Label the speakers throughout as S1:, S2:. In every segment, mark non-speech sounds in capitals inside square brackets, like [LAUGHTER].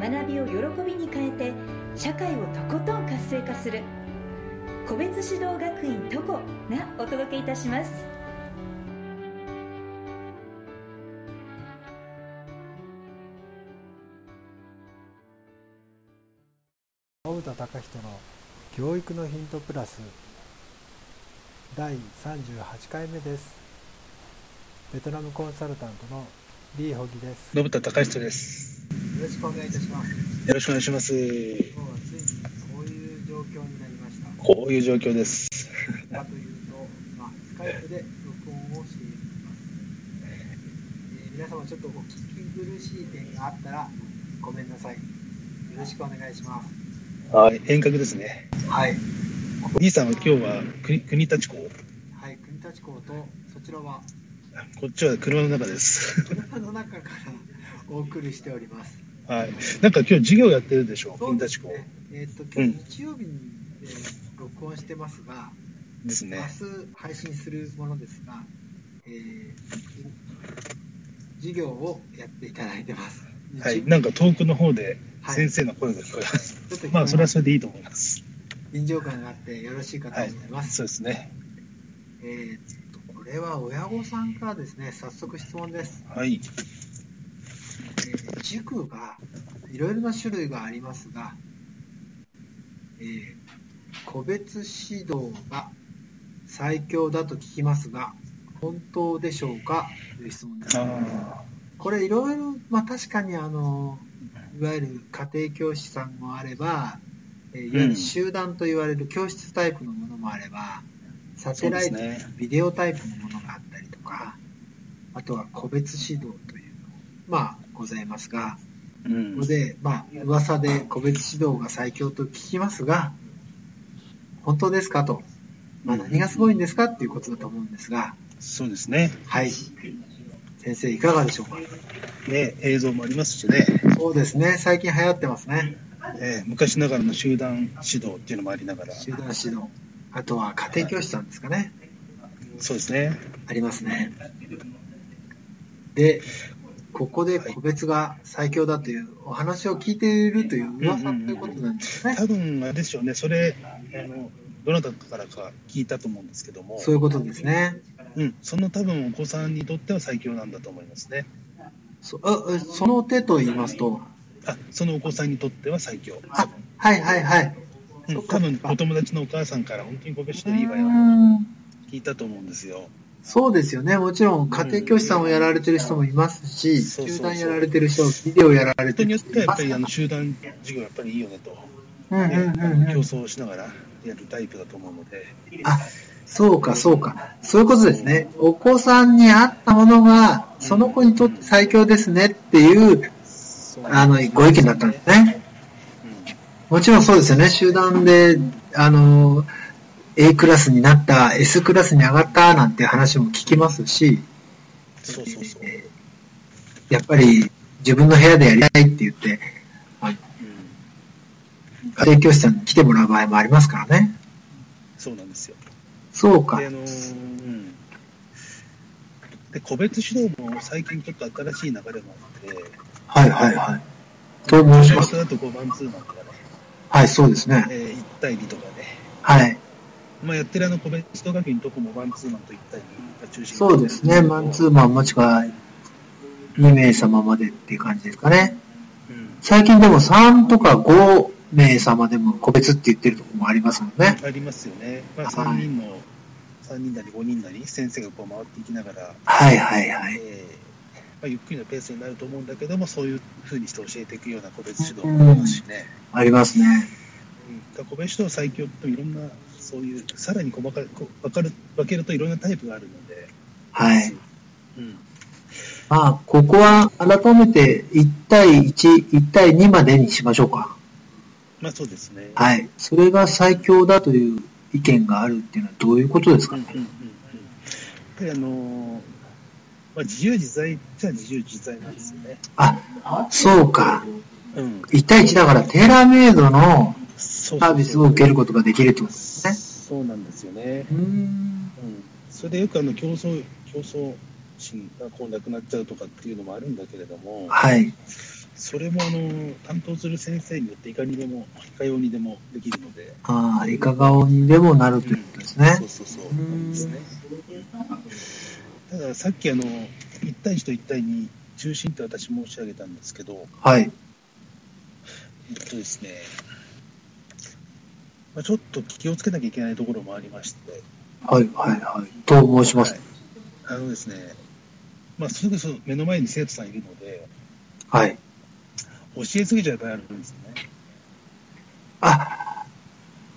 S1: 学びを喜びに変えて社会をとことん活性化する個別指導学院トコがお届けいたします
S2: 信田隆人の教育のヒントプラス第38回目ですベトナムコンサルタントのリー・ホギですよ
S3: 信田隆人です。
S2: ろしくお願いいたします
S3: よろしくお願いします。
S2: 今日はついにこういう状況になりまし
S3: こういう状況です。
S2: たかというと、まあ、スカイプで録音をしています、えー皆様ちょっとお聞き苦しい点があったらごめんなさいよろしくお願いしま
S3: はい、遠隔ですね。
S2: すはい
S3: 兄さんは今日は国国立港。
S2: はい国立港とそちらは
S3: こっちは車の中です。 [LAUGHS]
S2: 車の中からお送りしております
S3: はい。なんか今日授業やってるでしょ
S2: そう
S3: 国
S2: で
S3: 立
S2: す
S3: 港。
S2: ね。えーっと今日日曜日に、えー録音してますが、
S3: です
S2: 明
S3: ね。
S2: 日配信するものですが、えー授業をやっていただいてます。
S3: はい。
S2: 日
S3: なんか遠くの方で
S2: はい
S3: 先生の声が聞こえます。
S2: ちょっと
S3: まあ、それはそれでいいと思います。
S2: 臨場感があってよろしいかと
S3: は
S2: 思
S3: い
S2: いま。す。
S3: そうですね。
S2: えーっとこれは親御さんからですね、早速質問です。
S3: はい。
S2: えー塾がいろいろな種類がありますが、えー個別指導が最強だと聞きますが本当でしょうかという質問です
S3: あ
S2: これいろいろ、まあ、確かにあのいわゆる家庭教師さんもあれば、えーいわゆる集団と言われる教室タイプのものもあればサ
S3: あ、そ
S2: テ
S3: うで
S2: ライ
S3: す
S2: ト
S3: ね。
S2: ビデオタイプのものがあったりとか、あとは個別指導というのも、まあ、ございますが、
S3: う
S2: こ
S3: ん
S2: こ。で、まあ、噂で個別指導が最強と聞きますが、本当ですかと、まあ、何がすごいんですかっていうことだと思うんですが、
S3: そうですね。
S2: はい。先生、いかがでしょうか
S3: ね、映像もありますしね。
S2: そうですね、最近流行ってますね。
S3: えー昔ながらの集団指導っていうのもありながら。
S2: 集団指導。あとは家庭教師さんですかね。
S3: そうですね。
S2: ありますね。で、ここで個別が最強だというお話を聞いているという噂ということなんですね。
S3: [LAUGHS] 多分あれですよね、それ、あのどなたかからか聞いたと思うんですけども、
S2: そういうことですね。
S3: うん、その多分お子さんにとっては最強なんだと思いますね。
S2: そああその手と言いますと、
S3: あそのお子さんにとっては最強。
S2: あはいはいはい。
S3: うん
S2: そっか
S3: 多分お友達のお母さんから本当にこけし
S2: う
S3: ていいわよ
S2: ーん
S3: 聞いたと思うんですよ。
S2: そうですよね。もちろん家庭教師さんをやられてる人もいますし、
S3: そうそう
S2: 集
S3: そう
S2: 団やられてる人、ビデオやられ
S3: 人
S2: て
S3: に
S2: る
S3: よっ
S2: 人
S3: てはやっぱりあの集団授業やっぱりいいよねと、
S2: うんうん
S3: ね
S2: うんう
S3: 競
S2: ん。
S3: 争しながらやるタイプだと思うので、
S2: あ、そうかそうか。そういうことですね。お子さんに合ったものが、その子にとって最強ですねっていう、
S3: そう
S2: あの、ご意見だったんですね。もちろんそうですよね。集団で、あの、A クラスになった、S クラスに上がったなんて話も聞きますし、
S3: そうそうそう。
S2: えーやっぱり自分の部屋でやりたいって言って、
S3: うん
S2: 家庭教師さんに来てもらう場合もありますからね。
S3: そうなんですよ。
S2: そうか
S3: で、。あのーうんで個別指導も最近ちょっと新しい流れもあって、
S2: はいはいはい。と申し
S3: 最
S2: ます
S3: 初。だと5番ツーマンとかね、
S2: はい、そうですね。
S3: えー1対2とかね、
S2: はい。
S3: まあ、やってるあの個別指導学院のとこもマンツーマンと1対2が中心
S2: そうですね。マンツーマンもしくは2名様までっていう感じですかね。
S3: うん
S2: 最近でも3とか5名様でも個別って言ってるところもありますもんね。
S3: ありますよね。ま
S2: は
S3: あ、
S2: い
S3: 3人の、三人なり5人なり、先生がこう回っていきながら、
S2: はいはいはい。
S3: えーまあ、ゆっくりのペースになると思うんだけども、そういうふうにして教えていくような個別指導もありますしね。
S2: ありますね。
S3: うん、個別指導最強っていろんなそういうさらに細かいこ分かる分けるといろんなタイプがあるので、
S2: はい。
S3: うん、
S2: まあ、ここは改めて1対1、1対2までにしましょうか。
S3: まあそうですね。い。
S2: はい。それが最強だという意見があるっていうのはどういうことです
S3: う
S2: か
S3: んうん
S2: ね
S3: うんうん。やっぱりあのーまあ、自由自在っちゃ自由自在なんですよね。
S2: あ、そうか。
S3: うん。
S2: 1対1だからテーラーメイドの
S3: サ
S2: サービスを受けることができるってことですね。
S3: そうなんですよね。
S2: うーん。
S3: うん。それでよくあの競争、競争心がこうなくなっちゃうとかっていうのもあるんだけれども、
S2: はい。
S3: それもあのー担当する先生によっていかにでも、いかようにでもできるので。
S2: ああ、いかがおにでもなるということですね
S3: そう。そうそう。なんですね。たださっきあの1対1と1対2中心って私申し上げたんですけど、
S2: はい。
S3: えっとですね、まあ、ちょっと気をつけなきゃいけないところもありまして、
S2: はい、はい、はい。と申します。
S3: あのですね、まあ、すぐそ目の前に生徒さんいるので、
S2: はい。
S3: 教えすぎちゃいっぱいあるんですよね。
S2: あ、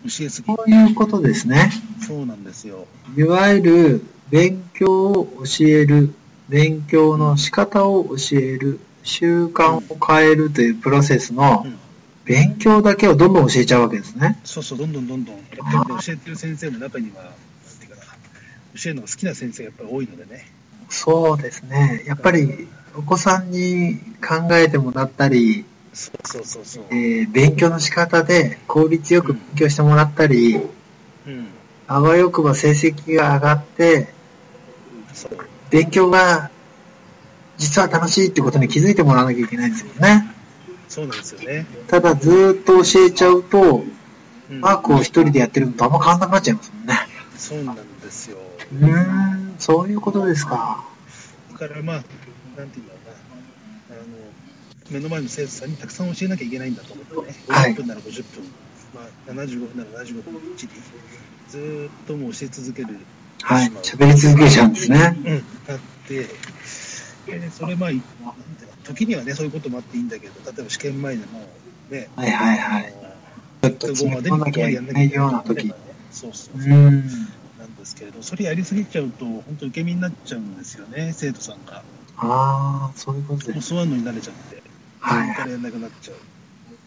S3: 教えすぎ
S2: そ。ういうことですね。
S3: そうなんですよ。
S2: いわゆる勉強を教える、勉強の仕方を教える、習慣を変えるというプロセスの
S3: うん
S2: 勉強だけをどんどん教えちゃうわけですね。
S3: そうそう、どんどんどんどん、やっぱりね教えてる先生の中には、なんていうかな、教えるのが好きな先生がやっぱり多いのでね。
S2: そうですね。やっぱりお子さんに考えてもらったり、
S3: そうそうそうそう。
S2: えー勉強の仕方で効率よく勉強してもらったり、
S3: うん。
S2: あわよくば成績が上がって、
S3: そう
S2: 勉強が実は楽しいってことに気づいてもらわなきゃいけないんですもんね。
S3: そうなんですよね。
S2: ただずーっと教えちゃうと、
S3: うん
S2: マークを一人でやってるのとあんま変わんなくなっちゃいますもんね。
S3: そうなんですよ。
S2: うーん、そういうことですか。
S3: だからまあ、なんていうんだろうな、あの目の前の生徒さんにたくさん教えなきゃいけないんだと思ってね、
S2: はい
S3: 50分なら50分、まあ、75分なら75分きっちり、ずーっともう教え続ける、
S2: はい。喋り続けちゃうんですね。
S3: うん、だって、でねそれまあ、なんていうの時にはね、そういうこともあっていいんだけど、例えば試験前でも、ね、
S2: はいはいはい。ちょっと
S3: 午後
S2: 詰め
S3: までに
S2: 込ま
S3: ここ
S2: なきゃ
S3: まで
S2: い
S3: やんなき
S2: けな
S3: ゃい
S2: い
S3: けない
S2: ような時。
S3: そうそう
S2: う
S3: そう。
S2: ーん。
S3: なんですけれど、それやりすぎちゃうと、本当受け身になっちゃうんですよね、生徒さんが。
S2: ああ、そういうこと
S3: も
S2: で
S3: う
S2: す。
S3: そういうのに慣れちゃって。
S2: はい
S3: 自分からやんなくなっちゃうっ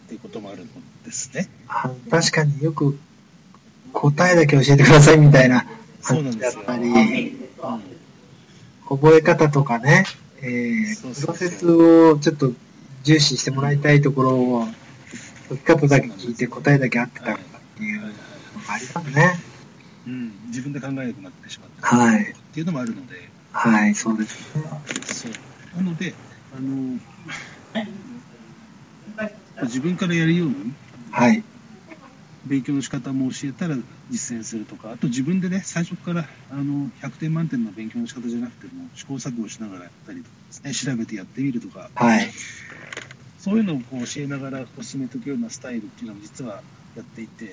S3: ていうこともあるんですね。
S2: あ確かによく答えだけ教えてくださいみたいな。
S3: そうなんですよ
S2: やっぱり、
S3: うん
S2: 覚え方とかね、え
S3: そう
S2: ー、
S3: そうそう
S2: プロセスをちょっと重視してもらいたいところを、解き方だけ聞いて答えだけ合ってたっていうのがありますね。
S3: うん、自分で考えなくなってしまった
S2: はい。
S3: っていうのもあるので、
S2: はい、そうです。
S3: そうなので、あの自分からやるように
S2: はい。
S3: 勉強の仕方も教えたら実践するとか、あと自分でね、最初からあの100点満点の勉強の仕方じゃなくても、試行錯誤しながらやったりとかですね、調べてやってみるとか、
S2: はい。
S3: そういうのをこう教えながらこう進めていくようなスタイルっていうのも実はやっていて、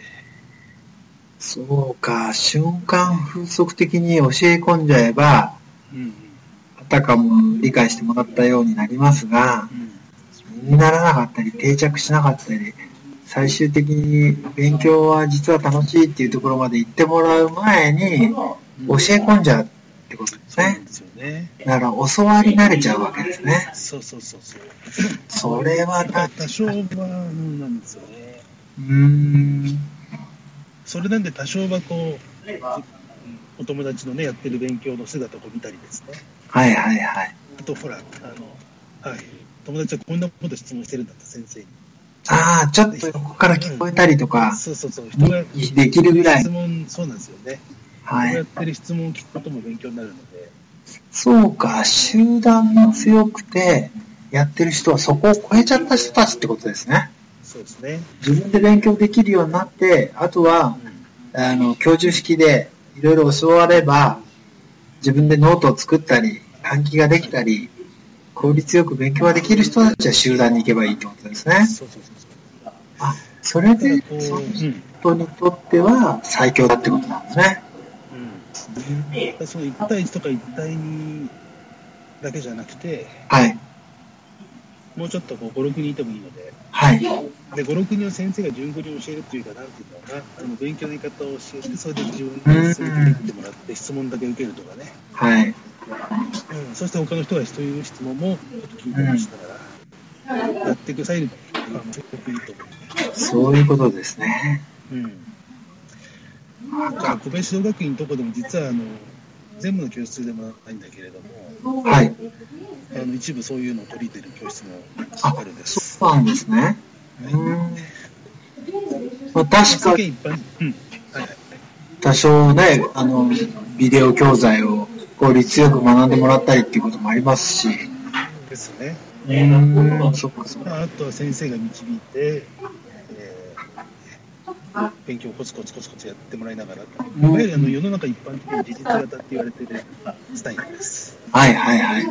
S2: そうか、瞬間風速的に教え込んじゃえば、
S3: うんうん
S2: あたかも理解してもらったようになりますが、
S3: うん、
S2: 身にならなかったり、定着しなかったり、最終的に勉強は実は楽しいっていうところまで行ってもらう前に、教え込んじゃうってことです
S3: そうな
S2: ね
S3: ん。ですよね。
S2: だから教わり慣れちゃうわけですね。
S3: そうそうそうそう。
S2: それは
S3: だから
S2: た、
S3: 多少はうんなんですよね。
S2: うーん、
S3: それなんで多少はこう、お友達のね、やってる勉強の姿をこう見たりですね。
S2: はいはいはい。
S3: あとほら、あの、はい。友達はこんなこと質問してるんだって先生に。
S2: ああ、ちょっと横から聞こえたりとか、
S3: そうそうそう。人が
S2: できるぐらい
S3: 質。問、そうなんですよね。
S2: は
S3: 人がや
S2: い
S3: っ。てる質問を聞くことも勉強になるので。
S2: そうか、集団が強くて、やってる人はそこを超えちゃった人たちってことですね。
S3: そうですね。
S2: 自分で勉強できるようになって、あとは、あの、教授式でいろいろ教われば、自分でノートを作ったり、暗記ができたり、効率よく勉強ができる人たちは集団に行けばいいってことです
S3: うん。
S2: ね。
S3: そうそうそうそう。
S2: あ、それ
S3: ただ
S2: で、
S3: こう、
S2: その
S3: うん。
S2: 人にとっては最強だってことなんですね。
S3: うん、だからその1対1とか1対2だけじゃなくて、
S2: はい。
S3: もうちょっとこう5、6人いてもいいので、
S2: はい。
S3: で5、6人の先生が順繰り教えるっていうか、なんていうんだろうな、あの勉強の言い方を教えて、それで自分で進めていってもらって、質問だけ受けるとかね、
S2: はい。
S3: うん、ーそして他の人がそういう質問も聞いたりしながら、やっていく際にも、まあ、すごくいいと思う。
S2: そういうことですね。
S3: うん。あとは、小林小学院のとこでも、実は、あの、全部の教室でもないんだけれども、
S2: はい。
S3: あの一部そういうのを取り入れる教室も
S2: あ
S3: あるん、です。
S2: そうなんですね。うーん。まあ、確
S3: 世
S2: か
S3: 間、一般に、うん、
S2: 多少ね、あの、ビデオ教材を効率よく学んでもらったりっていうこともありますし。
S3: ですね。
S2: うーん、そっかそっか。
S3: まあ、あとは先生が導いて、えー勉強をコツコツコツコツやってもらいながら、いわゆるあの世の中一般的に自立型って言われてるスタイルです。
S2: はいはいはい。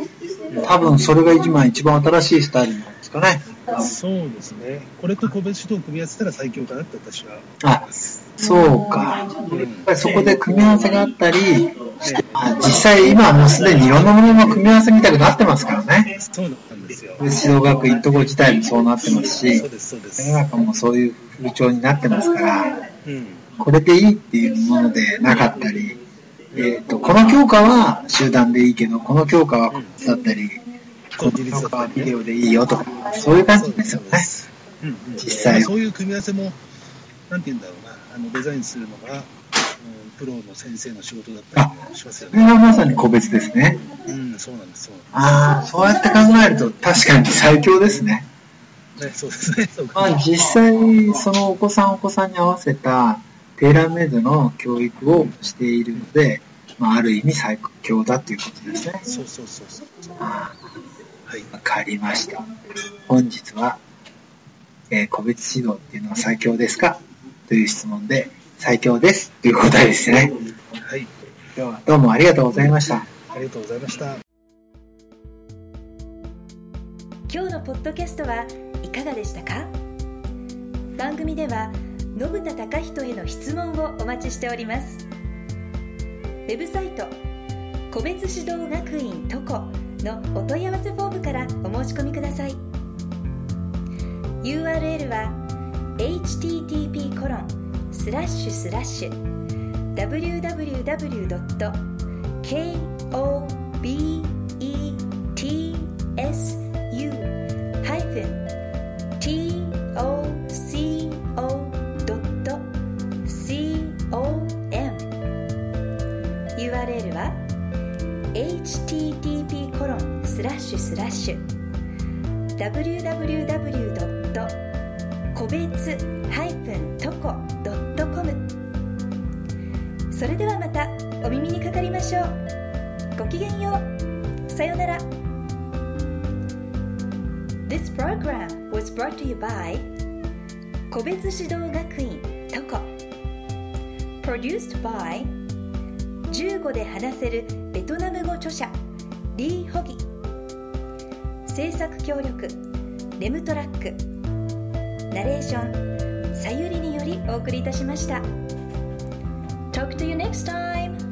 S2: 多分それが今一番新しいスタイルなんですかね。
S3: そうですね。これと個別指導を組み合わせたら最強かなって私は思い
S2: あ
S3: ま、す。
S2: そうか。
S3: うん
S2: やっぱりそこで組み合わせがあったりして、あ実際今はもうすでにいろんなものの組み合わせみたくなってますからね。
S3: そうなんですよ。
S2: 指導学院とこ自体もそうなってますし
S3: そう、です、そうで
S2: 世
S3: す。
S2: の中もそういう風潮になってますから、
S3: うん。
S2: これでいいっていうものでなかったり、えー、とこの教科は集団でいいけど、この教科はこっちだったり、
S3: こう、
S2: こ
S3: 自
S2: の
S3: 立
S2: 教
S3: 型
S2: 科は
S3: って
S2: ビ
S3: ね
S2: デオでいいよとか、そういう感じですよね。
S3: うんうん
S2: 実際は
S3: そういう組み合わせも、なんて言うんだろうな、あのデザインするのが、うんプロの先生の仕事だったりもしますよ
S2: これ
S3: ね。
S2: はまさに個別ですね。
S3: うん、そうなんです、そうなん
S2: ああ、そうやって考えると確かに最強ですね。
S3: です。ね、そうですね、そう
S2: ま
S3: か。
S2: あ、実際、そのお子さんお子さんに合わせたテーラーメイドの教育をしているので、まあ、ある意味最強だということですね。
S3: そうそうそうそう。
S2: あ
S3: はい。
S2: ーわかりました。本日は、えー個別指導っていうのは最強ですかという質問で、最強ですという答えですね。
S3: はい。
S2: 今日はどうもありがとうございました。
S3: ありがとうございました。
S1: 今日のポッドキャストはいかがでしたか番組では信田隆人への質問をお待ちしておりますウェブサイト個別指導学院トコのお問い合わせフォームからお申し込みください URL は http コロンスラッシュスラッシュ www. kobetsu-toco.jp は http コロンスラッシュスラッシュ www. 個別 -toco.com それではまたお耳にかかりましょうごきげんようさようなら This program was brought to you by 個別指導学院トコ Produced by 15で話せるベトナム語著者リー・ホギ制作協力レムトラックナレーションさゆりによりお送りいたしました Talk to you next time!